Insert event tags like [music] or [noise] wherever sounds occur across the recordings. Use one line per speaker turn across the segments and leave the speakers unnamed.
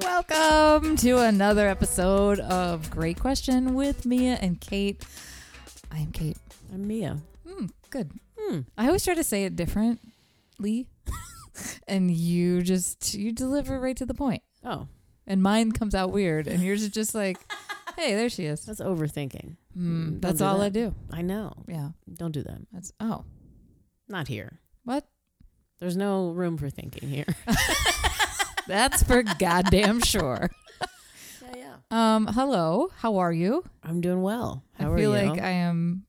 Welcome to another episode of Great Question with Mia and Kate. I am Kate.
I'm Uh, Mia.
Hmm, good.
Hmm.
I always try to say it differently, [laughs] and you just you deliver right to the point.
Oh,
And mine comes out weird, and yours is just like, "Hey, there she is."
that's overthinking.
Hmm,
Mm, Don't
that's
do
all
that.
I do.
I know.
Yeah,
Don't do that.
that's oh,
Not here.
What?
There's no room for
[laughs]
thinking here.
that's for goddamn [laughs] sure.
yeah, yeah.
Um, hello, how are you?
I'm doing well. How
I
are
feel
you?
like I am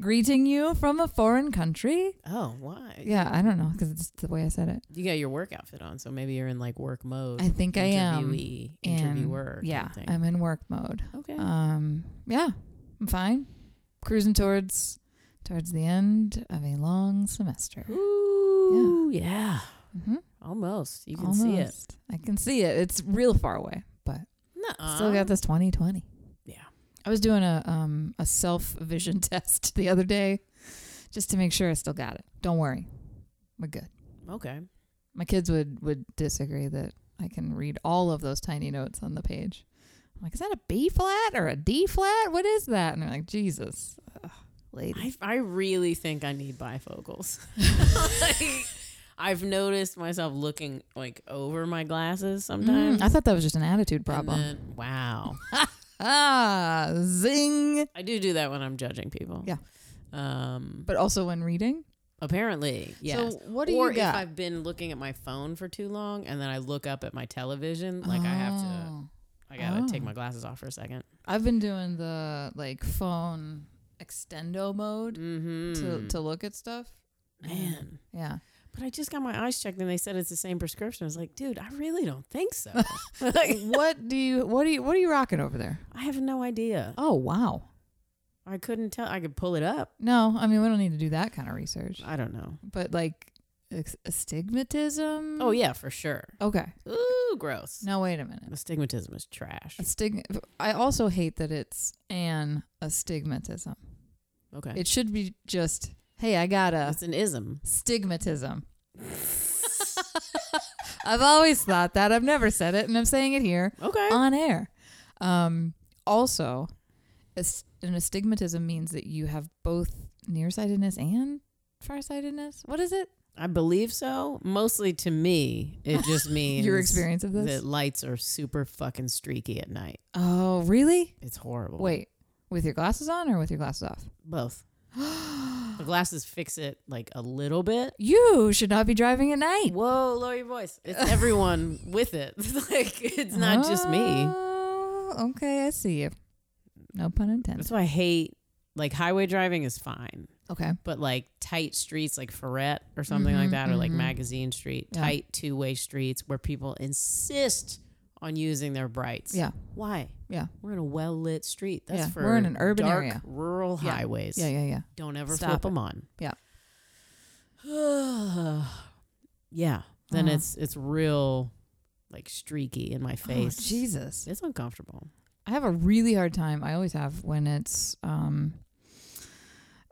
greeting you from a foreign country.
oh, why?
Yeah, I don't know because it's the way I said it.
You got your work outfit on, so maybe you're in like work mode.
I think I am.
Interviewee,
and-
interviewer. kind
Yeah,
of thing.
I'm in work mode.
okay.
Um, yeah, I'm fine. Cruising towards towards the end of a long semester.
Ooh, yeah.
Mm-hmm.
Almost. You can see it.
I can see it. It's real far away, but
nuh
still got this 2020.
Yeah.
I was doing a um a self vision [laughs] test the other day, just to make sure I still got it. Don't worry, we're good.
Okay.
My kids would would disagree that I can read all of those tiny notes on the page. I'm like, is that a B flat or a D flat? What is that? And they're like, Jesus, Ugh, lady.
I, I really think I need bifocals. [laughs] like, I've noticed myself looking like over my glasses
[laughs]
sometimes.
Mm, I thought that was just an attitude
And
problem.
then- wow.
[laughs] ah, zing.
I do do that when I'm judging people.
Yeah.
Um.
But also when reading.
Apparently, yes.
So what do
or
you got?
if I've been looking at my phone for too long and then I look up at my television, like I have to,
Oh.
I gotta take
Oh.
my glasses off for a second.
I've been doing the like phone extendo mode
Mm-hmm.
to to look at stuff.
Man,
Yeah.
but I just got my eyes checked and they said it's the same prescription. I was like, dude, I really don't think so.
[laughs]
[laughs] like,
what do you what do you what are you rocking over there?
I have no idea.
Oh wow.
I couldn't tell. I could pull it up.
No, I mean we don't need to do that kind of research.
I don't know.
But like ex- astigmatism.
Oh yeah, for sure.
Okay.
Ooh, gross.
No, wait a minute.
Astigmatism is trash.
Astig. I also hate that it's an astigmatism.
Okay,
It uh, should be just hey, I got a
it's an ism.
stigmatism. [laughs] I've always thought that. I've never said it, and I'm saying it here.
Okay.
on air. Um, also, as- an astigmatism means that you have both nearsightedness and farsightedness. What is it?
I believe so. Mostly to me, it just
[laughs]
means
Your experience of this?
that lights are super fucking streaky at night.
oh, really?
It's horrible.
Wait, with your glasses on or with your glasses off? [gasps]
both. the glasses fix it like a little bit.
You should not be driving at night.
Whoa, lower your voice. It's
[laughs]
everyone with it. [laughs] like it's not just me.
Oh, Okay, I see you. No pun intended.
That's why I hate like highway driving is fine,
Okay.
but like tight streets like Ferret or something
Mhm,
like that, or like
mhm.
Magazine Street,
Yeah.
tight two way streets where people insist on using their brights.
Yeah.
Why?
Yeah.
We're in a well lit street. That's
Yeah,
for
we're in an urban
dark,
area.
rural
Yeah.
highways.
Yeah, yeah, yeah.
Don't ever flip
Stop it.
them on.
Yeah.
[sighs] yeah. Then
Uh-huh.
it's it's real, like streaky in my face.
Oh, Jesus.
It's uncomfortable.
I have a really hard time. I always have when it's um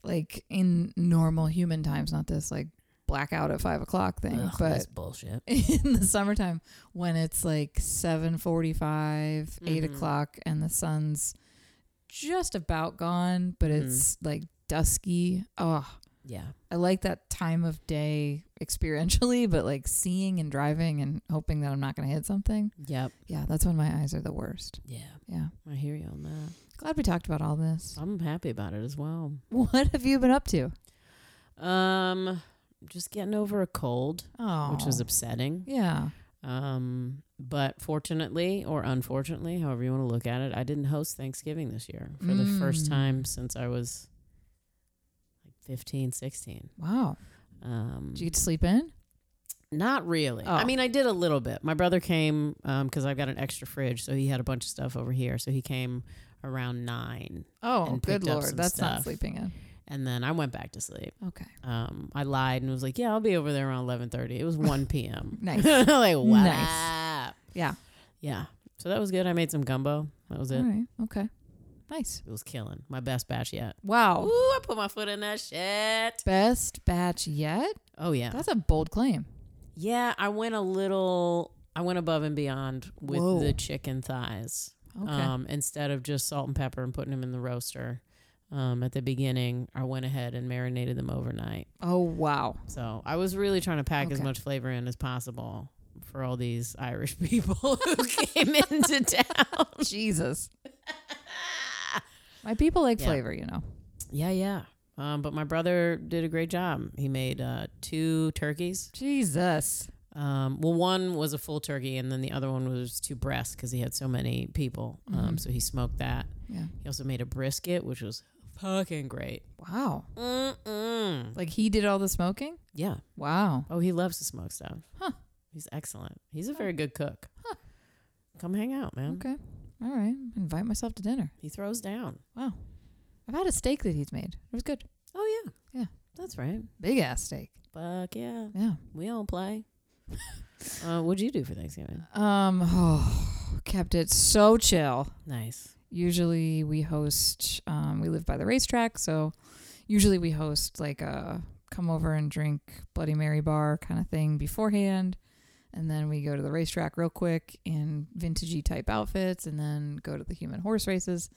like in normal human times, not this like blackout at five o'clock thing,
Ugh,
but
that's bullshit.
[laughs] in the summertime when it's like seven eight
Mhm.
o'clock, and the sun's just about gone, but
Mm-hmm.
it's like dusky. Oh,
Yeah.
I like that time of day experientially, but like seeing and driving and hoping that I'm not going to hit something.
Yep.
Yeah, that's when my eyes are the worst.
Yeah.
Yeah.
I hear you on that.
Glad we talked about all this.
[laughs] I'm happy about it as well.
What have you been up to?
Um, just getting over a cold,
Oh,
which was upsetting.
yeah.
Um, but fortunately or unfortunately, however you want to look at it, I didn't host Thanksgiving this year for the first
Mm.
time since I was like 15, 16.
Wow.
Um,
Did you get to sleep in?
not really.
Oh.
I mean, I did a little bit. My brother came because I've got an extra fridge, so he had a bunch of stuff over here. So he came around nine,
Oh,
And
good
picked up
lord,
some
that's not
stuff.
sleeping in.
and then I went back to sleep.
Okay.
Um, I lied and was like, "Yeah, I'll be over there around 11:30." It was 1 [laughs] p.m.
[laughs] Nice.
like wow.
Nice. Yeah. Mm.
Yeah. So that was good. I made some gumbo. That was it.
All right. Okay. Nice.
It was killing. My best batch yet.
Wow.
Ooh, I put my foot in that shit.
Best batch yet.
Oh yeah.
That's a bold claim.
yeah, I went a little I went above and beyond with
Whoa.
the chicken thighs.
Okay.
Um, instead of just salt and pepper and putting them in the roaster um, at the beginning, I went ahead and marinated them overnight.
oh
[laughs]
wow.
So I was really trying to pack as
Okay.
much flavor in as possible for all these [laughs] Irish people who came into town.
Jesus. My people like
Yeah.
flavor, you know.
Yeah, yeah. Um, but my brother did a great job. He made uh, two turkeys.
Jesus.
Um, well, one was a full turkey, and then the other one was two breasts because he had so many people. Um,
Mhm.
so he smoked that.
Yeah.
He also made a brisket, which was fucking great.
Wow.
Mm-mm.
Like he did all the smoking?
Yeah.
Wow.
Oh, he loves to smoke stuff.
Huh.
He's excellent. He's a very good cook. Come hang out, man.
Okay. All right. Invite myself to dinner.
He throws down.
Wow. I've had a steak that he's made. It was good.
Oh yeah.
Yeah.
That's right.
Big ass steak.
Fuck yeah.
Yeah.
We all play. [laughs] uh, what'd you do for Thanksgiving?
Um [sighs] oh, kept it so chill.
Nice.
Usually we host um we live by the racetrack, so usually we host like a come over and drink Bloody Mary bar kind of thing beforehand. And then we go to the racetrack real quick in vintagey type outfits and then go to the human horse races.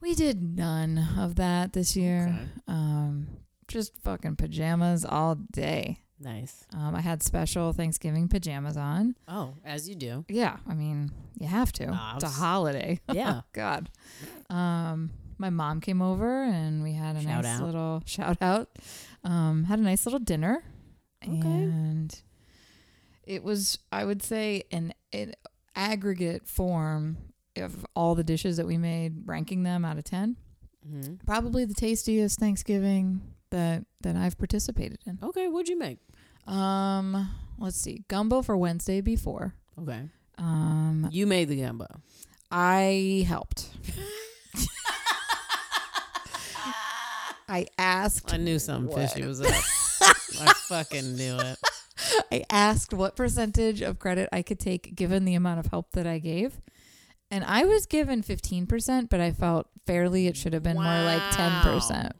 We did none of that this year.
Okay.
Um, just fucking pajamas all day.
Nice.
Um, I had special Thanksgiving pajamas on.
Oh, as you do.
Yeah, I mean, you have to.
Nah,
it's a
I'm s-
holiday.
[laughs] Yeah.
God. Um, my mom came over and we had a
Shout
nice
out.
little shout out. Um, had a nice little dinner.
Okay.
And it was, I would say, an, an aggregate form of all the dishes that we made, ranking them out of 10.
hmm
Probably the tastiest Thanksgiving that, that I've participated in.
Okay. What'd you make?
Um, let's see. Gumbo for Wednesday before.
Okay.
Um,
You made the gumbo.
I helped. I asked.
I knew something
What?
fishy was [laughs] up. I fucking knew it.
I asked what percentage of credit I could take given the amount of help that I gave. And I was given 15%, but I felt fairly it should have been more like 10%.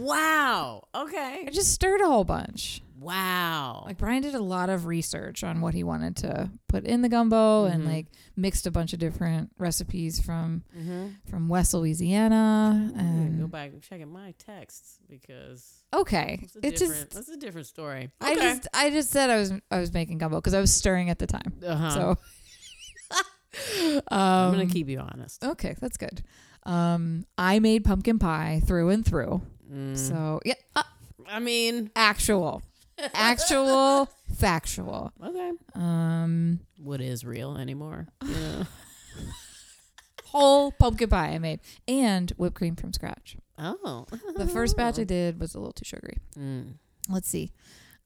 Wow.
I
Okay.
just stirred a whole bunch.
Wow.
Like Brian did a lot of research on what he wanted to put in the gumbo and
Mhm.
like mixed a bunch of different recipes from
mm-hmm.
from West Louisiana and
go back and check in my texts because
Okay.
it's a
It
different.
just
that's a different story.
I just I just said I was I was making gumbo because I was stirring at the time.
Uh-huh.
So um,
I'm gonna keep you honest.
Okay, that's good. Um I made pumpkin pie through and through.
Mm.
So yeah, uh,
I mean,
actual.
[laughs]
Actual factual.
okay.
Um
What is real [laughs] anymore? You know?
whole pumpkin pie I made and whipped cream from scratch.
oh,
The first batch [laughs] I did was a little too sugary.
Mm.
let's see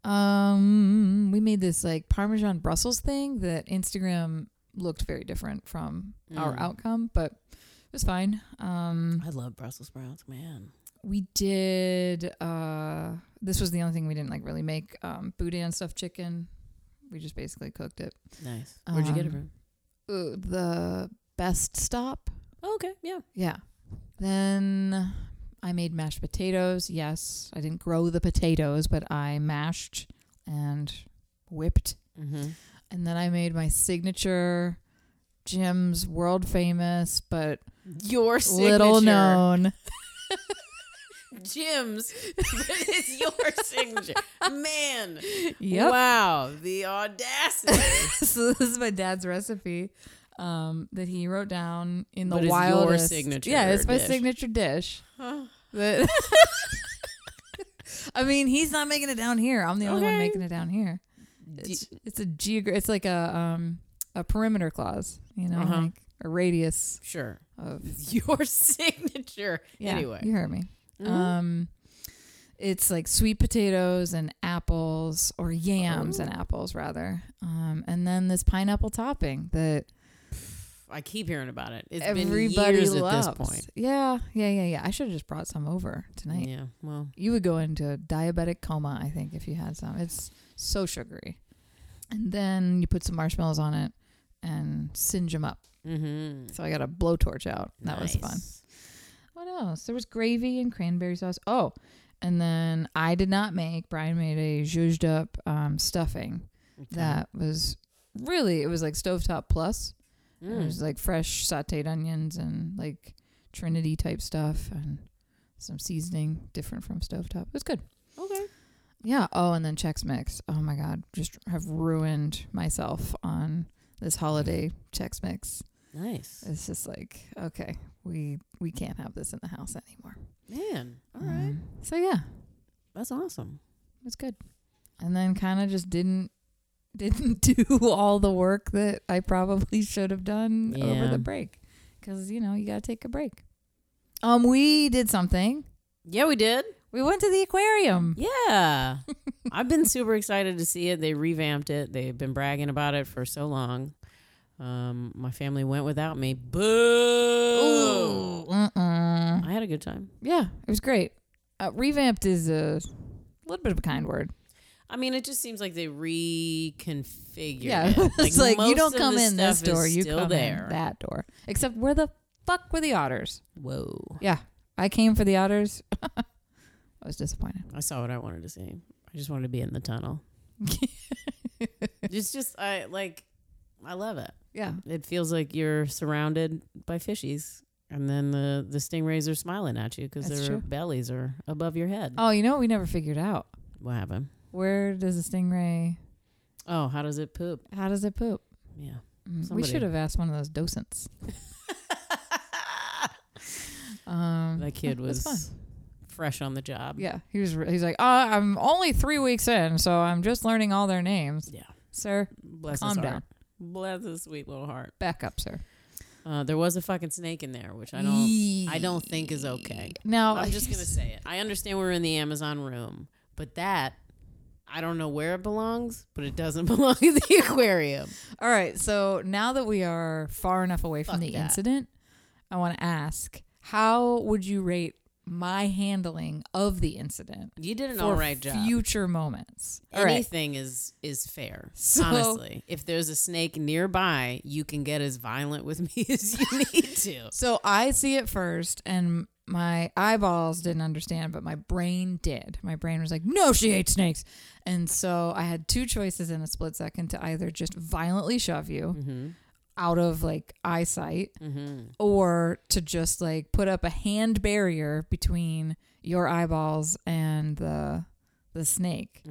um we made this like parmesan brussels thing that instagram looked very different from our
Mm.
outcome but it was fine um
I love Brussels sprouts, man.
we did uh this was the only thing we didn't like really make um boudin stuffed chicken we just basically cooked it
Nice. Where'd you get it from?
Um, uh, the best stop
Oh, okay, yeah.
yeah then i made mashed potatoes yes i didn't grow the potatoes but i mashed and whipped
Mm-hmm.
And then I made my signature Jim's world famous but
Your signature,
little [laughs] known.
Jim's. [laughs] it's your signature, man.
Yep.
Wow, the audacity.
[laughs] so this is my dad's recipe um, that he wrote down in the
But it's your
wildest.
signature
yeah, it's my
dish.
signature dish.
Huh.
That- [laughs] I mean, he's not making it down here. I'm the only one
Okay.
making it down here.
Do-
It's, it's a geogra- It's like a um a perimeter clause, you know,
Uh-huh.
like a radius
sure.
of.
Your [laughs] signature.
Yeah,
Anyway. Mm-hmm. Uh,
you heard me. Um, it's like sweet potatoes and apples, or
Oh.
yams and apples rather. Um, and then this pineapple topping that
I keep hearing about it. It's been
everybody
years
loves.
at this point.
Yeah, yeah, yeah, yeah. I should have just brought some over tonight.
Yeah. Well,
You would go into a diabetic coma, I think, if you had some. It's so sugary. And then you put some marshmallows on it and singe them up.
mm-hmm.
So I got a blowtorch out. That was fun. What else? There was gravy and cranberry sauce. Oh, and then I did not make. Brian made a zhuzhed up um, stuffing that was really it was like stovetop plus. It
Mm.
was like fresh sauteed onions and like Trinity type stuff and some seasoning different from stovetop. It was good.
Okay.
Yeah. Oh, and then Chex Mix. Oh my God, just have ruined myself on this holiday Chex Mix.
Nice.
It's just like okay, we we can't have this in the house anymore.
Man. All right.
Um, so yeah,
That's awesome.
it was good. And then kind of just didn't [laughs] didn't do all the work that I probably should have done over
Yeah.
the break because you know you got to take a break. Um, we did something.
Yeah, we did.
We went to the aquarium. [laughs]
Yeah. I've been super excited to see it. They revamped it. They've been bragging about it for so long. Um, my family went without me. Boo!
Mm-mm.
I had a good time.
Yeah, it was great. Uh, revamped is a little bit of a kind word.
I mean, it just seems like they reconfigured.
Yeah, [laughs]
it.
it's like, you
most
don't
of the
come in this
stuff is
door, you
still
come
there.
in that door. Except where the fuck were the otters?
Whoa!
I came for the otters. [laughs] I was disappointed.
I saw what I wanted to see. I just wanted to be in
[laughs]
the tunnel. it's just I like. I love it.
yeah,
It feels like you're surrounded by fishies, and then the the stingrays are smiling at you because
That's
their
true.
bellies are above your head.
Oh, you know what we never figured out?
What happened?
Where does a stingray?
Oh, how does it poop?
How does it poop?
Yeah.
Mm, We
Somebody-
should have asked one of those
[laughs]
docents. Um,
that kid
it was
was
fun.
fresh on the job.
yeah, he was. re- He's like, uh, I'm only three weeks in, so I'm just learning all their names,
Yeah.
sir.
Bless
Calm
his
down.
heart. Bless his sweet little heart.
Back up, sir.
Uh, there was a fucking snake in there, which I don't. I don't think is okay.
Now
I'm just gonna say it. I understand we're in the Amazon room, but that I don't know where it belongs, but it doesn't [laughs] belong in the aquarium.
[laughs] All right. So now that we are far enough away from
Fuck
the
that.
incident, I want to ask: How would you rate my handling of the incident
You did an
for
all right job.
future moments? All right.
Anything is is fair.
So-
honestly, if there's a snake nearby, you can get as violent with [laughs] me as you need to.
So I see it first, and my eyeballs didn't understand, but my brain did. My brain was like, "No, she hates snakes," and so I had two choices in a split second to either just violently shove you
Mm-hmm.
out of like eyesight, or to just like put up a hand barrier between your eyeballs and the the snake.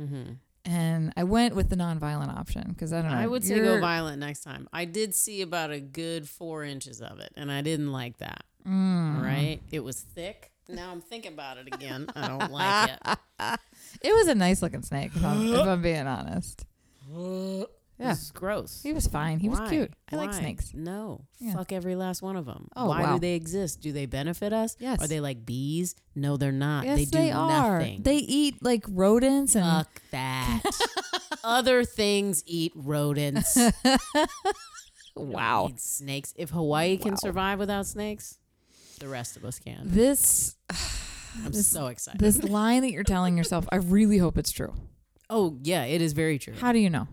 And I went with the nonviolent option because I don't know.
Mm-hmm. I would say go
you're-
violent next time. I did see about a good four inches of it, and I didn't like that.
Mm.
All right, it was thick. Now I'm thinking about it again. I don't like [laughs] it.
It was a nice looking snake, if I'm,
[gasps]
if I'm being honest. Yeah.
This is gross.
He was fine. He
Why?
was cute. I like
Why?
snakes.
No.
Yeah.
Fuck every last one of them.
Oh,
Why
wow.
do they exist? Do they benefit us?
Yes.
Are they like bees? No, they're not.
Yes,
they
they,
do
are.
nothing.
They eat like rodents and
Fuck that. Other things eat rodents.
wow.
Eat snakes. If Hawaii can
Wow.
survive without snakes, the rest of us can.
This
I'm
This-
so excited. [laughs]
this line that you're telling yourself, I really hope it's true.
oh, yeah, it is very true.
How do you know?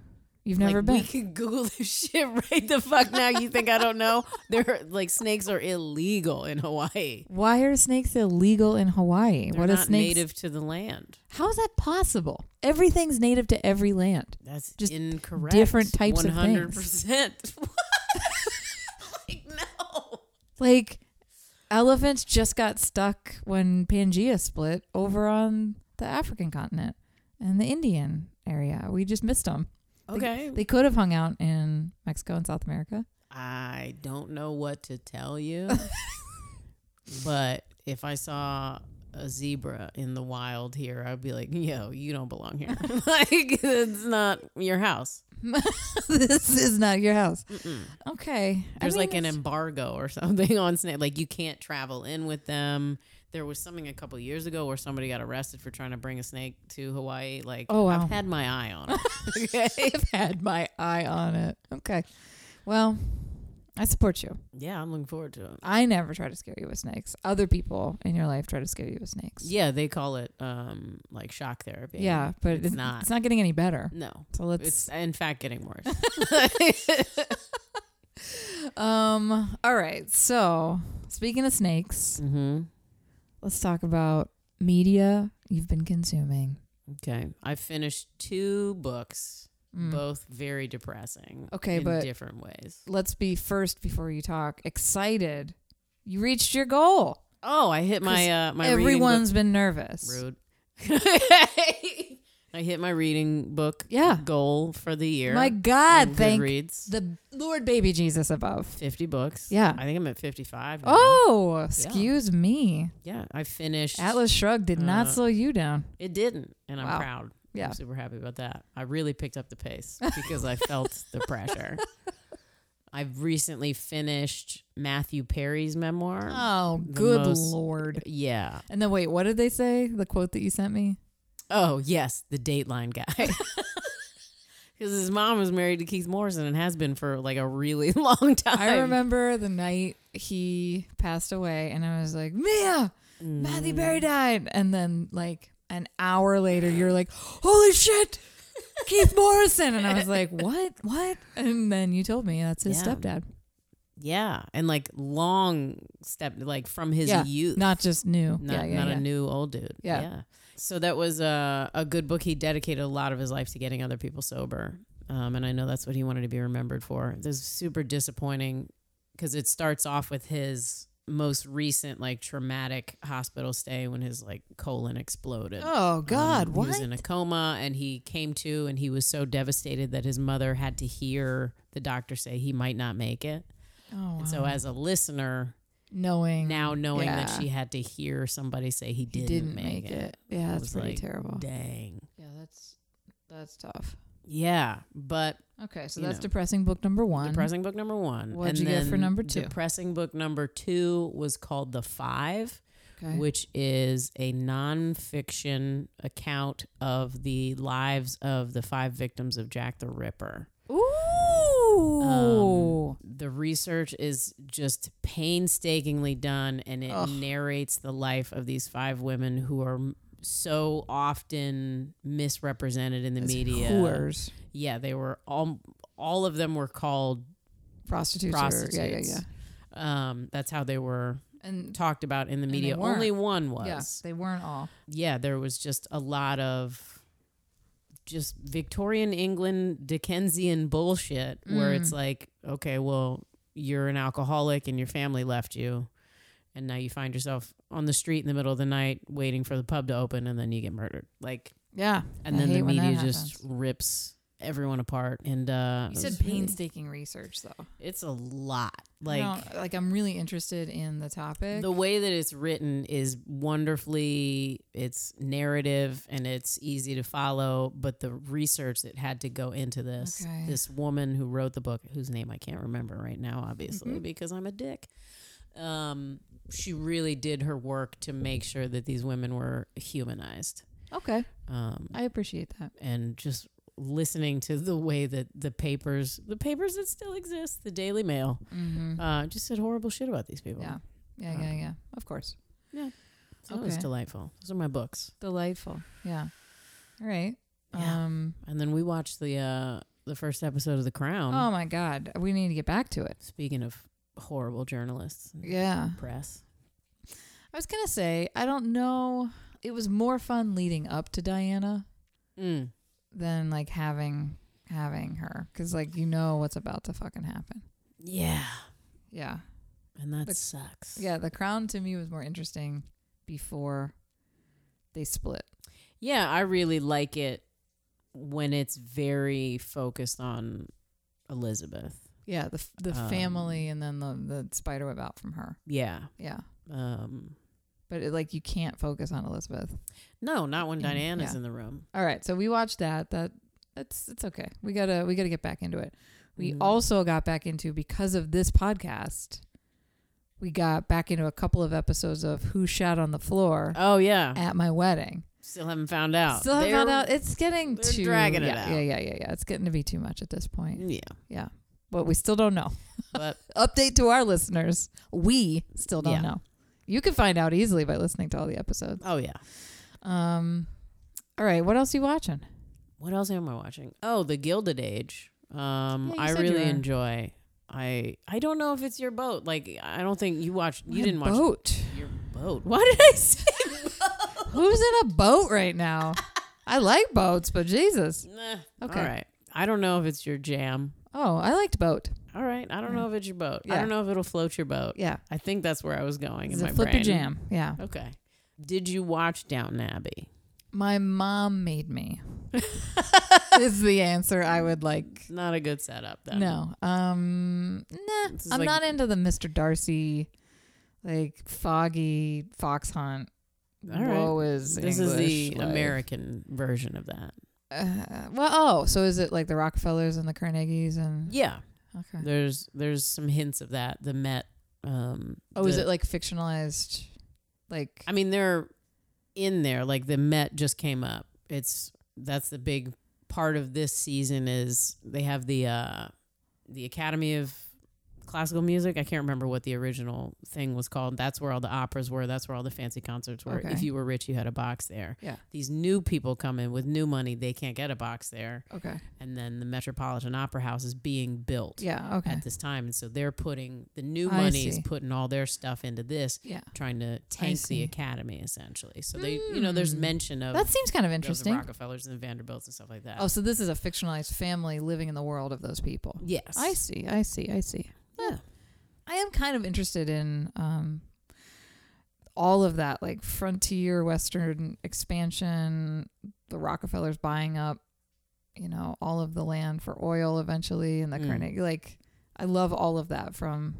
You've never
like, We
been.
can Google this [laughs] shit right the fuck now. You think I don't know? They're like snakes are illegal in Hawaii.
Why are snakes illegal in Hawaii?
They're
what
not
is snakes?
native to the land.
How is that possible? Everything's native to every land.
That's
Just
incorrect.
different types of
100%.
things.
[laughs] like no.
Like elephants just got stuck when Pangea split over on the African continent and the Indian area. We just missed them.
Okay.
They could have hung out in Mexico and South America. [laughs]
I don't know what to tell you. but if I saw a zebra in the wild here, I'd be like, yo, you don't
[laughs]
belong here. [laughs] like it's not your house.
this is not your house.
Mm-mm.
Okay. I
There's
mean, [laughs]
like an
it's-
embargo or something [laughs] on snake. Like you can't travel in with them. There was something a couple years ago where somebody got arrested for trying to bring a snake to Hawaii. Like
Oh, wow.
I've had my eye
[laughs]
on it. okay.
I've had my eye on it. Okay. Well, I support you.
Yeah, I'm looking forward to it.
I never try to scare you with snakes. Other people in your life try to scare you with snakes.
Yeah, they call it um like shock therapy.
Yeah, but it's,
It's not.
It's not getting any better.
No.
So let's.
It's in fact getting worse.
um. All right. So speaking of snakes,
mm-hmm.
let's talk about media you've been consuming.
Okay. I finished two books
Mm.
both very depressing.
Okay,
in
but-
different ways.
Let's be first before you talk. Excited. You reached your goal.
Oh, I hit my uh my reading book-
Everyone's been nervous.
rude. [laughs] I hit my reading book
Yeah.
goal for the year.
My God,
on
thank
Goodreads.
the Lord baby Jesus above.
50 books.
Yeah.
I think I'm at 55. now.
Oh, excuse me.
Yeah, I finished.
Atlas Shrugged did not
Uh,
slow you down.
It didn't, and I'm
Wow.
proud.
Yeah.
I'm super happy about that. I really picked up
[laughs]
the pace because I felt the pressure. I've recently finished Matthew Perry's memoir.
Oh,
the
good
most-
Lord.
Yeah.
And then wait, what did they say? The quote that you sent me?
Oh, yes, the
[laughs]
Dateline guy. Because his mom was married to Keith Morrison and has been for like a really [laughs] long time.
I remember the night he passed away, and I was like, Mia,
Mm.
Matthew Berry died. And then, like, an hour later, you're like, holy shit, Keith Morrison. And I was
[laughs]
like, what? What? And then you told me that's his
Yeah.
stepdad,
Yeah, and like long step, like from his
Yeah,
youth.
not just new.
not,
yeah, yeah,
not
yeah.
a new old dude.
Yeah.
So that was a, a good book. He dedicated a lot of his life to getting other people sober. Um, and I know that's what he wanted to be remembered for. This is super disappointing because it starts off with his most recent like traumatic hospital stay when his like colon exploded.
Oh, God,
Um,
what?
He was in a coma and he came to and he was so devastated that his mother had to hear the doctor say he might not make it.
oh,
And so
wow.
as a listener,
knowing
now knowing
Mm, Yeah.
that she had to hear somebody say he
he
didn't,
didn't, make, it. Yeah, that's
was
pretty
like,
terrible.
Dang.
Yeah, that's that's tough.
Yeah, but
Okay, so
You
that's
know.
depressing book number one.
depressing book number one.
What'd
and
you get
then
for number two?
Depressing book number two was called The Five,
Okay.
which is a nonfiction account of the lives of the five victims of Jack the Ripper.
Ooh.
The research is just painstakingly done and it
Ugh.
narrates the life of these five women who are m- so often misrepresented in the
As
media.
Whores.
Yeah, they were all all of them were called
Prostitutes. or-
prostitutes.
yeah, yeah, yeah.
Um, that's how they were
And
talked about in the
they
media.
weren't.
Only one
yeah,
was.
they weren't all.
Yeah, there was just a lot of just Victorian England Dickensian bullshit where it's
Mm.
like, okay, well, you're an alcoholic and your family left you. And now you find yourself on the street in the middle of the night waiting for the pub to open and then you get murdered. Like,
Yeah.
and
I
then
hate
the
when that
media just
happens.
rips everyone apart. And uh,
You
it
said
was really-
painstaking research, though.
It's a lot.
I
Like
don't- like I'm really interested in the topic.
the way that it's written is wonderfully it's narrative and it's easy to follow, but the research that had to go into this
Okay.
this woman who wrote the book, whose name I can't remember right now, obviously,
Mm-hmm.
because I'm a dick. Um she really did her work to make sure that these women were humanized.
okay,
Um
I appreciate that.
and just listening to the way that the papers the papers that still exist, the Daily Mail,
Mm-hmm.
uh, just said horrible shit about these people.
Yeah. Yeah, yeah, yeah. Of course.
So It was
Okay.
delightful. Those are my books.
Delightful. Yeah. All right.
Yeah.
Um.
And then we watched the uh the first episode of The Crown.
oh my God, we need to get back to it.
Speaking of horrible journalists and
Yeah.
press.
I was gonna say I don't know. It was more fun leading up to Diana
Mm.
than like having having her because like you know what's about to fucking happen.
Yeah.
Yeah,
And that
But-
sucks.
yeah. The Crown to me was more interesting before they split.
Yeah, I really like it when it's very focused on Elizabeth.
Yeah, the f- the
Um,
family and then the the spider web out from her.
Yeah.
Yeah,
Um
but it, like you can't focus on Elizabeth.
no, not when
Mm,
Diana's
yeah.
in the room.
All right, so we watched that. That that's it's okay. We gotta we gotta get back into it. We
Mhm.
also got back into because of this podcast. We got back into a couple of episodes of Who Shot on the Floor
Oh yeah.
at my wedding.
Still haven't found out.
Still haven't found
Oh, They're-
out. It's getting
they're
too
dragging it
yeah,
out. Mm.
Yeah, yeah, yeah, yeah. It's getting to be too much at this point.
Yeah.
But we still don't know.
But
Update to our listeners: We still don't
Yeah.
know. You can find out easily by listening to all the episodes.
oh yeah.
Um, all right. What else you watching?
what else am I watching? Oh, The Gilded Age. Um,
Yeah, you
I
said you
really
were.
enjoy. I I don't know if it's your boat. Like I don't think you watched. You
My
didn't watch
boat.
[laughs] your
[laughs]
boat. Why did I say?
Who's in a boat right now? I like boats, but Jesus.
[laughs] nah,
Okay.
All right. I don't know if it's your jam.
Oh, I liked boat.
All right. I don't know if it's your boat. I
Yeah.
don't know if it'll float your boat.
Yeah,
I think that's where I was going
it's
in
a
my
flipper
brain.
jam. Yeah,
Okay. Did you watch Downton Abbey?
my mom made me.
[laughs]
is the answer I would like.
It's not a good setup, though.
No, um, nah,
This is
I'm
like-
not into the Mister Darcy, like foggy fox hunt.
All right.
Woe is
This is
English
the
life.
American version of that.
Uh, well, oh, so is it like the Rockefellers and the Carnegies and
Yeah.
okay?
There's there's some hints of that. The Met. Um,
Oh, is
the-
it like fictionalized? Like
I mean, they're in there. Like the Met just came up. It's that's the big part of this season is they have the uh, the Academy of Classical Music. I can't remember what the original thing was called. That's where all the operas were. That's where all the fancy concerts were.
Okay.
If you were rich, you had a box there.
Yeah.
These new people come in with new money. They can't get a box there.
okay,
And then the Metropolitan Opera House is being built.
yeah, okay,
At this time, and so they're putting the new
I
money is
see.
putting all their stuff into this,
yeah.
trying to tank the
see.
academy essentially. So they, you know, there's
Hmm.
mention of
That seems kind of
those
interesting.
Rockefellers and the Vanderbilts and stuff like that.
Oh, so this is a fictionalized family living in the world of those people.
yes,
I see, I see, I see.
yeah.
I am kind of interested in um, all of that, like frontier Western expansion, the Rockefellers buying up, you know, all of the land for oil eventually, and the
Mm.
Carnegie. Like, I love all of that from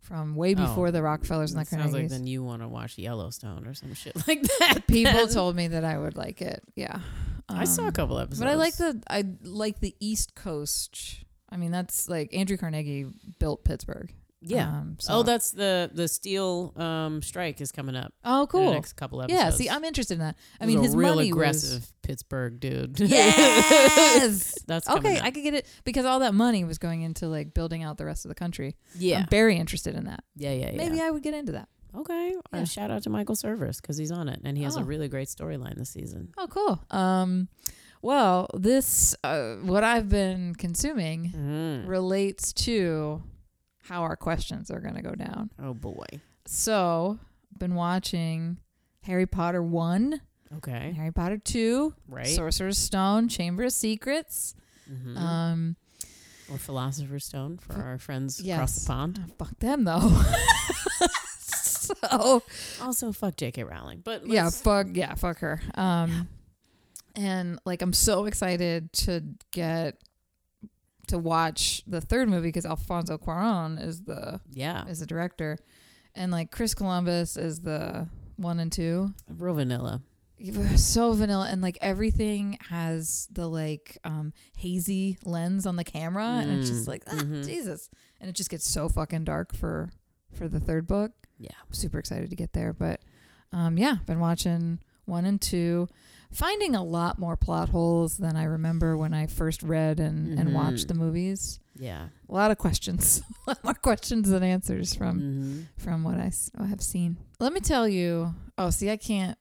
from way
Oh,
before the Rockefellers and the
It sounds like
Carnegies.
then you want to watch Yellowstone or some shit [laughs] like that.
[laughs] People
[laughs] then.
told me that I would like it. Yeah,
I saw a
Um,
couple episodes,
But I like the I like the East Coast. I mean, that's like Andrew Carnegie built Pittsburgh.
yeah.
Um, so.
Oh, that's the the steel um, strike is coming up.
oh
in the
cool.
next couple episodes.
Yeah. See, I'm interested in that. I
He's
mean,
a
his
real
money
aggressive Pittsburgh dude. [laughs]
was yes.
that's coming
okay,
up.
I could get it because all that money was going into like building out the rest of the country.
yeah.
I'm very interested in that.
yeah, yeah, yeah.
Maybe I would get into that.
Okay. Uh,
Yeah.
shout out to Michael Service because he's on it and he has a
Oh.
really great storyline this season.
Oh, cool. Um, well, this uh, what I've been consuming Mm-hmm.
Mm.
relates to how our questions are going to go down.
Oh boy.
So, been watching Harry Potter 1, and
Okay.
Harry Potter 2,
Right.
Sorcerer's Stone, Chamber of Secrets.
hmm
Um,
or Philosopher's Stone for our friends across
yes.
the pond.
oh, fuck them though. [laughs] so,
Also, fuck J.K. Rowling. But
yeah,
let's-
fuck yeah, fuck her. Um and like I'm so excited to get to watch the third movie because Alfonso Cuarón is the
yeah,
is the director and like Chris Columbus is the 1 and 2.
real vanilla.
so vanilla and like everything has the like um hazy lens on the camera and it's
Mm,
just like ah,
mhm.
jesus and it just gets so fucking dark for for the third book
Yeah.
i'm super excited to get there but um yeah been watching one and two finding a lot more plot holes than i remember when i first read and and watched
Mhm.
the movies
Yeah.
a lot of questions [laughs] a lot more questions than answers from
hmm
from what I, s- I have seen. Let me tell you. Oh, see, I can't.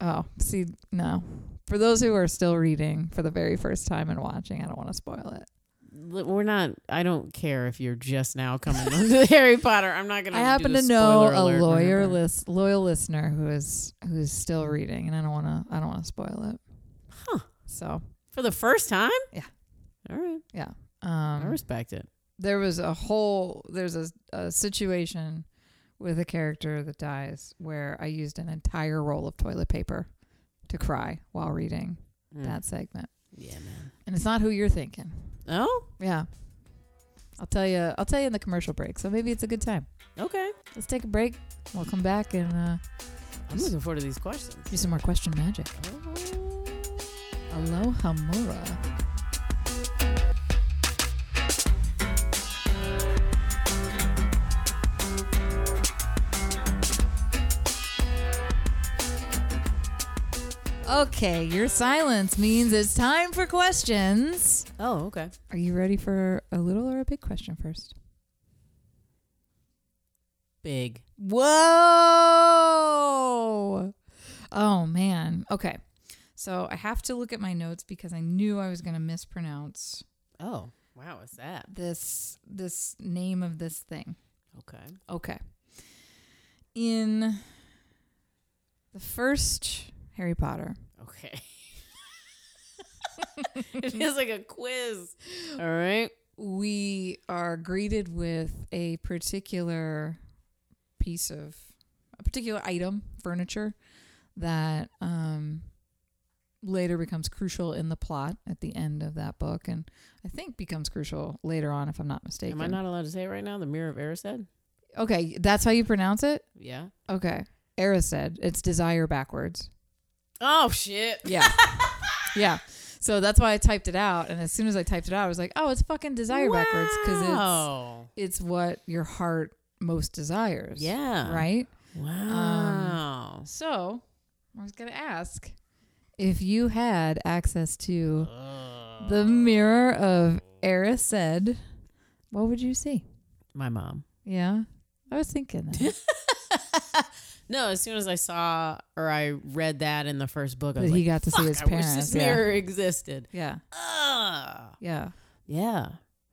Oh, see, no. For those who are still reading for the very first time and watching, I don't want to spoil it.
We're not. I don't care if you're just now coming to [laughs] Harry Potter. I'm not gonna.
I
do
happen
the
to know
spoiler
a
alert,
lawyer
remember?
list, loyal listener who is who's still reading, and I don't want to. I don't want to spoil it.
Huh.
So,
for the first time.
Yeah.
All right. I
um,
respect it.
there was a whole. There's a, a situation with a character that dies where I used an entire roll of toilet paper to cry while reading
Mm.
that segment.
yeah, man.
and it's not who you're thinking.
Oh,
Yeah. I'll tell you. I'll tell you in the commercial break. So maybe it's a good time.
okay.
Let's take a break. We'll come back and uh,
I'm looking forward to these questions.
do some more question magic.
Oh.
Aloha Mora. Okay, your silence means it's time for questions.
Oh, okay.
Are you ready for a little or a big question first?
Big.
Whoa! Oh man. Okay. So I have to look at my notes because I knew I was going to mispronounce
Oh, wow. What's that?
this this name of this thing.
Okay.
Okay. In the first Harry Potter,
Okay. [laughs] it is like a quiz. All right.
we are greeted with a particular piece of a particular item furniture that um, later becomes crucial in the plot at the end of that book and i think becomes crucial later on if i'm not mistaken
Am I not allowed to say it right now? The Mirror of Erised?
okay that's how you pronounce it
Yeah.
okay era said it's desire backwards
Oh shit.
yeah [laughs] yeah so that's why i typed it out and as soon as i typed it out i was like oh it's fucking desire backwards because it's
Wow.
it's what your heart most desires.
Yeah. Um,
Right?
Wow.
So I was going to ask if you had access to the mirror of Erised, what would you see?
My mom.
Yeah. I was thinking
[laughs]
that.
No, as soon as I saw or I read that in the first book,
that
I was
he
like,
got to see his
"Fuck, I wish
parents.
this
Yeah.
mirror existed.
yeah.
Ugh.
Yeah.
Yeah.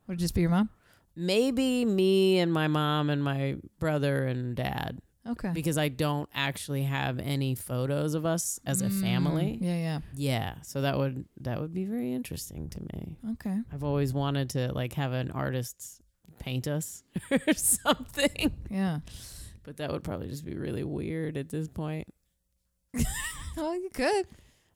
Would it just be your mom?
Maybe me and my mom and my brother and dad
Okay.
because I don't actually have any photos of us as a
Mm,
family.
Yeah, yeah.
Yeah, so that would that would be very interesting to me.
Okay.
I've always wanted to like have an artist paint us [laughs] or something, [laughs]
Yeah.
but that would probably just be really weird at this point.
Oh, you could.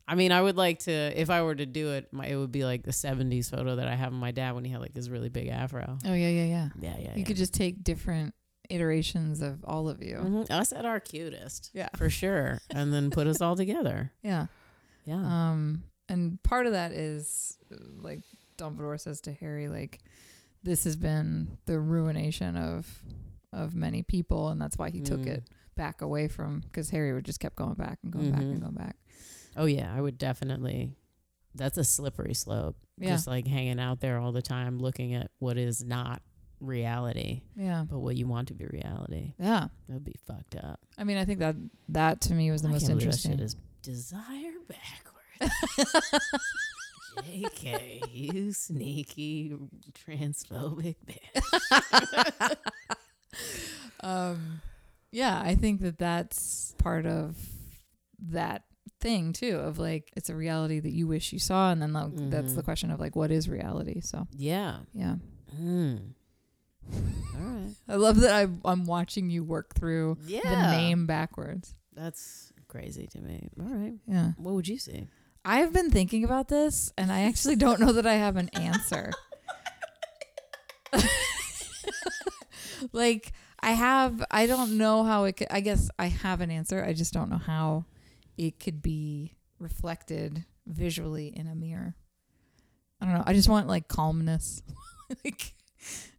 I mean, I would like to if I were to do it, my, it would be like the '70s photo that I have of my dad when he had like this really big afro.
Oh, yeah, yeah, yeah.
Yeah, yeah.
You could just take different iterations of all of you.
hmm us at our cutest,
Yeah.
for sure, and then put us all together.
Yeah.
Yeah.
Um, and part of that is uh, like Dumbledore says to Harry, like, this has been the ruination of of many people, and that's why he took
Mm.
it back away from because Harry would just kept going back and going back and
Mhm.
going back.
Oh yeah, I would definitely. That's a slippery slope.
Yeah,
Just like hanging out there all the time, looking at what is not reality,
yeah,
but what you want to be reality.
yeah.
That'd be fucked up.
I mean, I think that that to me was the
I
most
can't believe that shit
interesting.
is desire backwards.
[laughs]
JK, you sneaky transphobic bitch.
um, yeah, I think that that's part of that thing too of like it's a reality that you wish you saw and then like, that's
Mhm.
the question of like what is reality so
Yeah.
yeah
Mm. All right.
I love that I'm, I'm watching you work through
Yeah.
the name backwards.
That's crazy to me. All right.
Yeah.
What would you say?
I've been thinking about this and I actually don't know that I have an answer. [laughs] like, I have, I don't know how it could, I guess I have an answer. I just don't know how it could be reflected visually in a mirror. I don't know. I just want like calmness. [laughs] like,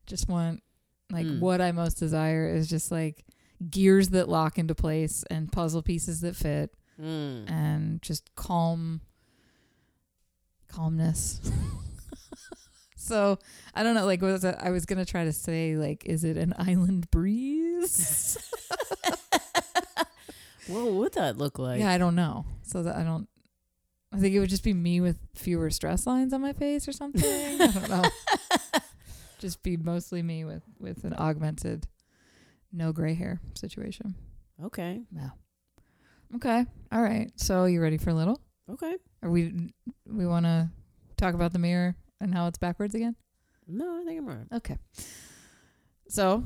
just want like
Mm.
what I most desire is just like gears that lock into place and puzzle pieces that fit
Mm.
and just calm calmness [laughs] so i don't know like what was I, I was gonna try to say like is it an island breeze [laughs]
What would that look like?
yeah i don't know so that i don't i think it would just be me with fewer stress lines on my face or something i don't know just be mostly me with with an augmented no gray hair situation
Okay.
no okay all right so you ready for a little
Okay.
Are we we want to talk about the mirror and how it's backwards again?
No, I think I'm all right.
Okay. So,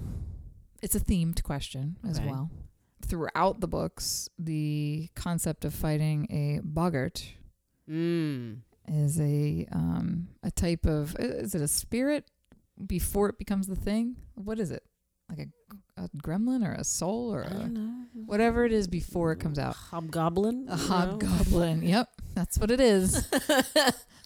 it's a themed question as
Okay.
well. Throughout the books, the concept of fighting a boggart
Mm.
is a um, a type of i- is it a spirit before it becomes the thing? What is it? Like a, a gremlin or a soul or
I
a,
don't know.
whatever it is before it comes out.
Hobgoblin.
A
you know?
hobgoblin. [laughs] yep, that's what it is.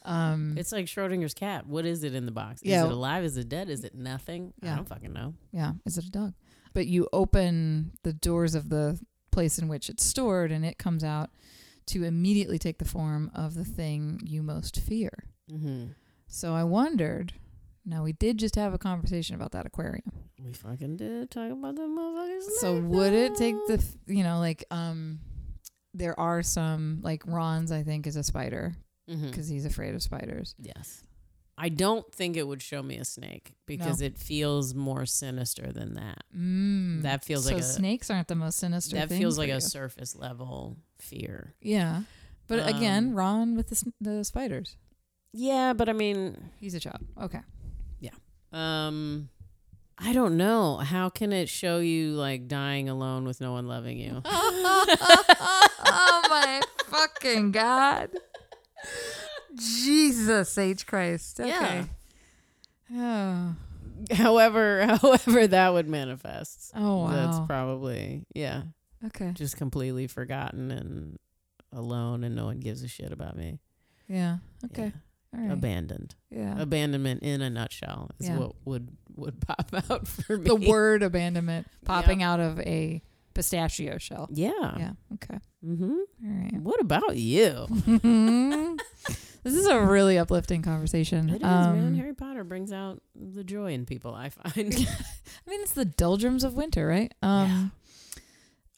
Um,
[laughs] It's like Schrodinger's cat. What is it in the box?
Yeah.
Is it alive? Is it dead? Is it nothing?
Yeah.
I don't fucking know.
Yeah, is it a dog? But you open the doors of the place in which it's stored and it comes out to immediately take the form of the thing you most fear.
Mm-hmm.
So I wondered, now we did just have a conversation about that aquarium.
We fucking did talk about the motherfuckers.
So would it take the, f- you know, like um there are some like Ron's I think is a spider
mm
cuz he's afraid of spiders.
Yes. I don't think it would show me a snake because it feels more sinister than that.
Mm.
That feels
so
like a
snakes aren't the most sinister
that
thing
feels
for
like
you.
a surface level fear.
Yeah. But again,
Um,
Ron with the, s- the spiders.
Yeah, but I mean,
He's a child. Okay.
um, I don't know. How can it show you like dying alone with no one loving you?
[laughs] oh my fucking god. Jesus H Christ. Okay. Oh.
however, [laughs] however that would manifest.
Oh wow.
That's probably yeah,
okay.
just completely forgotten and alone, and no one gives a shit about me.
Yeah. Okay. All
Yeah.
right.
abandoned.
yeah.
Abandonment in a nutshell is
Yeah.
what would would pop [laughs] out for me.
the word abandonment popping out of a pistachio shell.
Yeah.
Yeah. Okay.
Mm-hmm.
All right.
What about you?
[laughs] this is a really uplifting conversation.
It is, man.
Um,
Harry Potter brings out the joy in people, I
[laughs]
find.
I mean, it's the doldrums of winter, right? Um,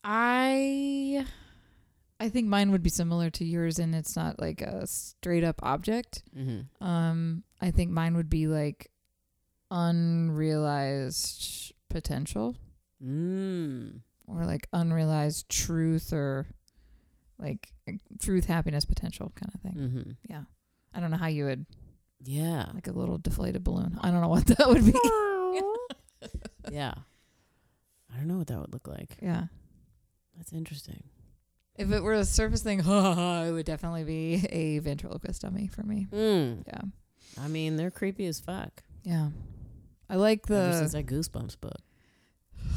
I, I think mine would be similar to yours, and it's not like a straight up object.
mm-hmm.
Um, I think mine would be like unrealized potential
Mm.
or like unrealized truth or like truth, happiness, potential kind of thing.
Mm-hmm.
Yeah. I don't know how you would [laughs]
Yeah.
like a little deflated balloon. I don't know what [laughs] that
[laughs]
would be.
yeah. I don't know what that would look like.
yeah.
That's interesting.
If it were a surface thing, [laughs] it would definitely be a ventriloquist dummy for me.
Mm.
Yeah.
I mean, they're creepy as fuck.
Yeah. I like
Ever since
the
that Goosebumps book.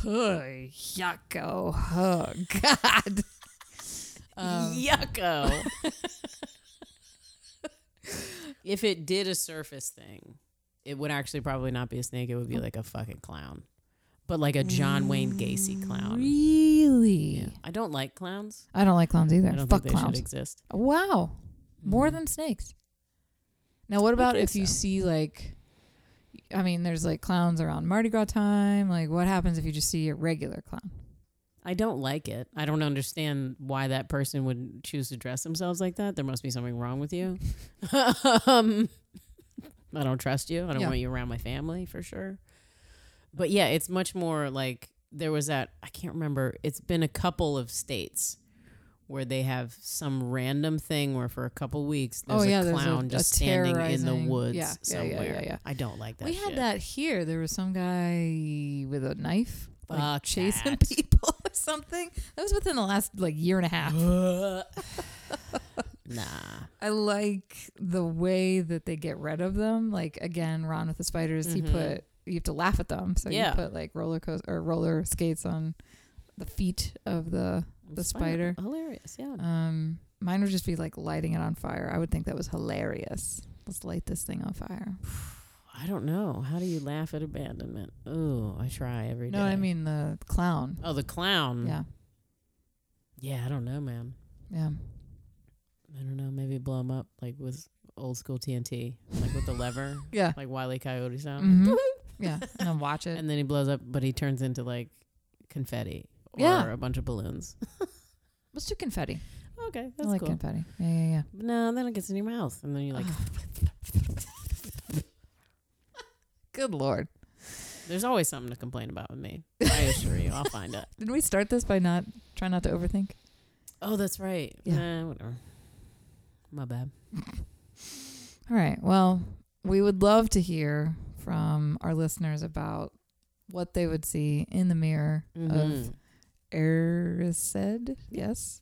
Hey, [laughs] yucko. Oh [laughs] God.
[laughs]
Um,
Yucko. [laughs] if it did a surface thing, it would actually probably not be a snake. It would be like a fucking clown, but like a John Wayne Gacy clown.
Really?
Yeah. I don't like clowns.
I don't like clowns either.
I don't
Fuck
think they
clowns.
should exist.
wow. More
Mhm.
than snakes. Now, what about
think
if you
so.
see like, I mean, there's like clowns around Mardi Gras time. Like, what happens if you just see a regular clown?
I don't like it. I don't understand why that person would choose to dress themselves like that. There must be something wrong with you. [laughs] um, I don't trust you. I don't
Yeah.
want you around my family for sure. But yeah, it's much more like there was that. I can't remember. It's been a couple of states where they have some random thing where for a couple weeks
Oh,
there's
yeah,
a
there's a-
clown
a
just standing in the
terrorizing-
woods
yeah, yeah, yeah,
somewhere.
yeah, yeah.
I don't like that.
we had
shit.
that here. There was some guy with a knife like,
Fuck
chasing [laughs]
that.
people or something. That was within the last like year and a half.
nah.
I like the way that they get rid of them. Like again, Ron with the spiders, he
Mhm.
put you have to laugh at them. So
Yeah.
you put like roller coaster or roller skates on the feet of the The spider.
Hilarious. Yeah.
um mine would just be like lighting it on fire. I would think that was hilarious. Let's light this thing on fire.
I don't know. How do you laugh at abandonment? Oh, I try every day.
No, I mean the clown.
Oh, the clown.
Yeah.
Yeah, I don't know, man.
Yeah.
I don't know. Maybe blow him up like with old school TNT, like with the lever, [laughs]
Yeah.
like Wile E. Coyote [laughs] sound.
Mhm. yeah. And then watch it.
And then he blows up, but he turns into like confetti or
Yeah.
a bunch of balloons. [laughs]
Let's do confetti.
Okay, that's
I like
cool.
confetti. Yeah, yeah, yeah.
But no, then it gets in your mouth, and then you're like,
Good lord.
"There's always something to complain about
[laughs]
with me." I assure you, I'll find it.
Didn't we start this by not trying not to overthink?
Oh, that's right.
Yeah.
Nah, whatever. My bad.
All right. Well, we would love to hear from our listeners about what they would see in the mirror of
Mhm.
Erised.
[laughs]
Yes.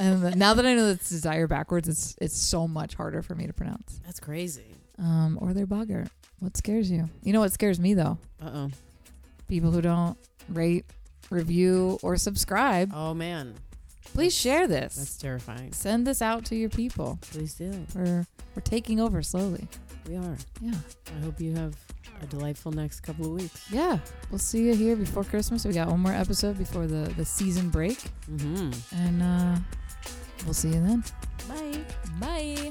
and th- now that I know that's desire backwards, it's it's so much harder for me to pronounce.
That's crazy.
Um, or their bogger. What scares you? You know what scares me though?
Uh oh.
People who don't rate, review, or subscribe.
Oh man,
Please share
that's
this.
terrifying.
Send this out to your people.
Please do.
We're we're taking over slowly.
We are.
Yeah.
I hope you have a delightful next couple of weeks.
yeah we'll see you here before christmas we got one more episode before the the season break
Mm-hmm.
and uh we'll see you then
Bye.
bye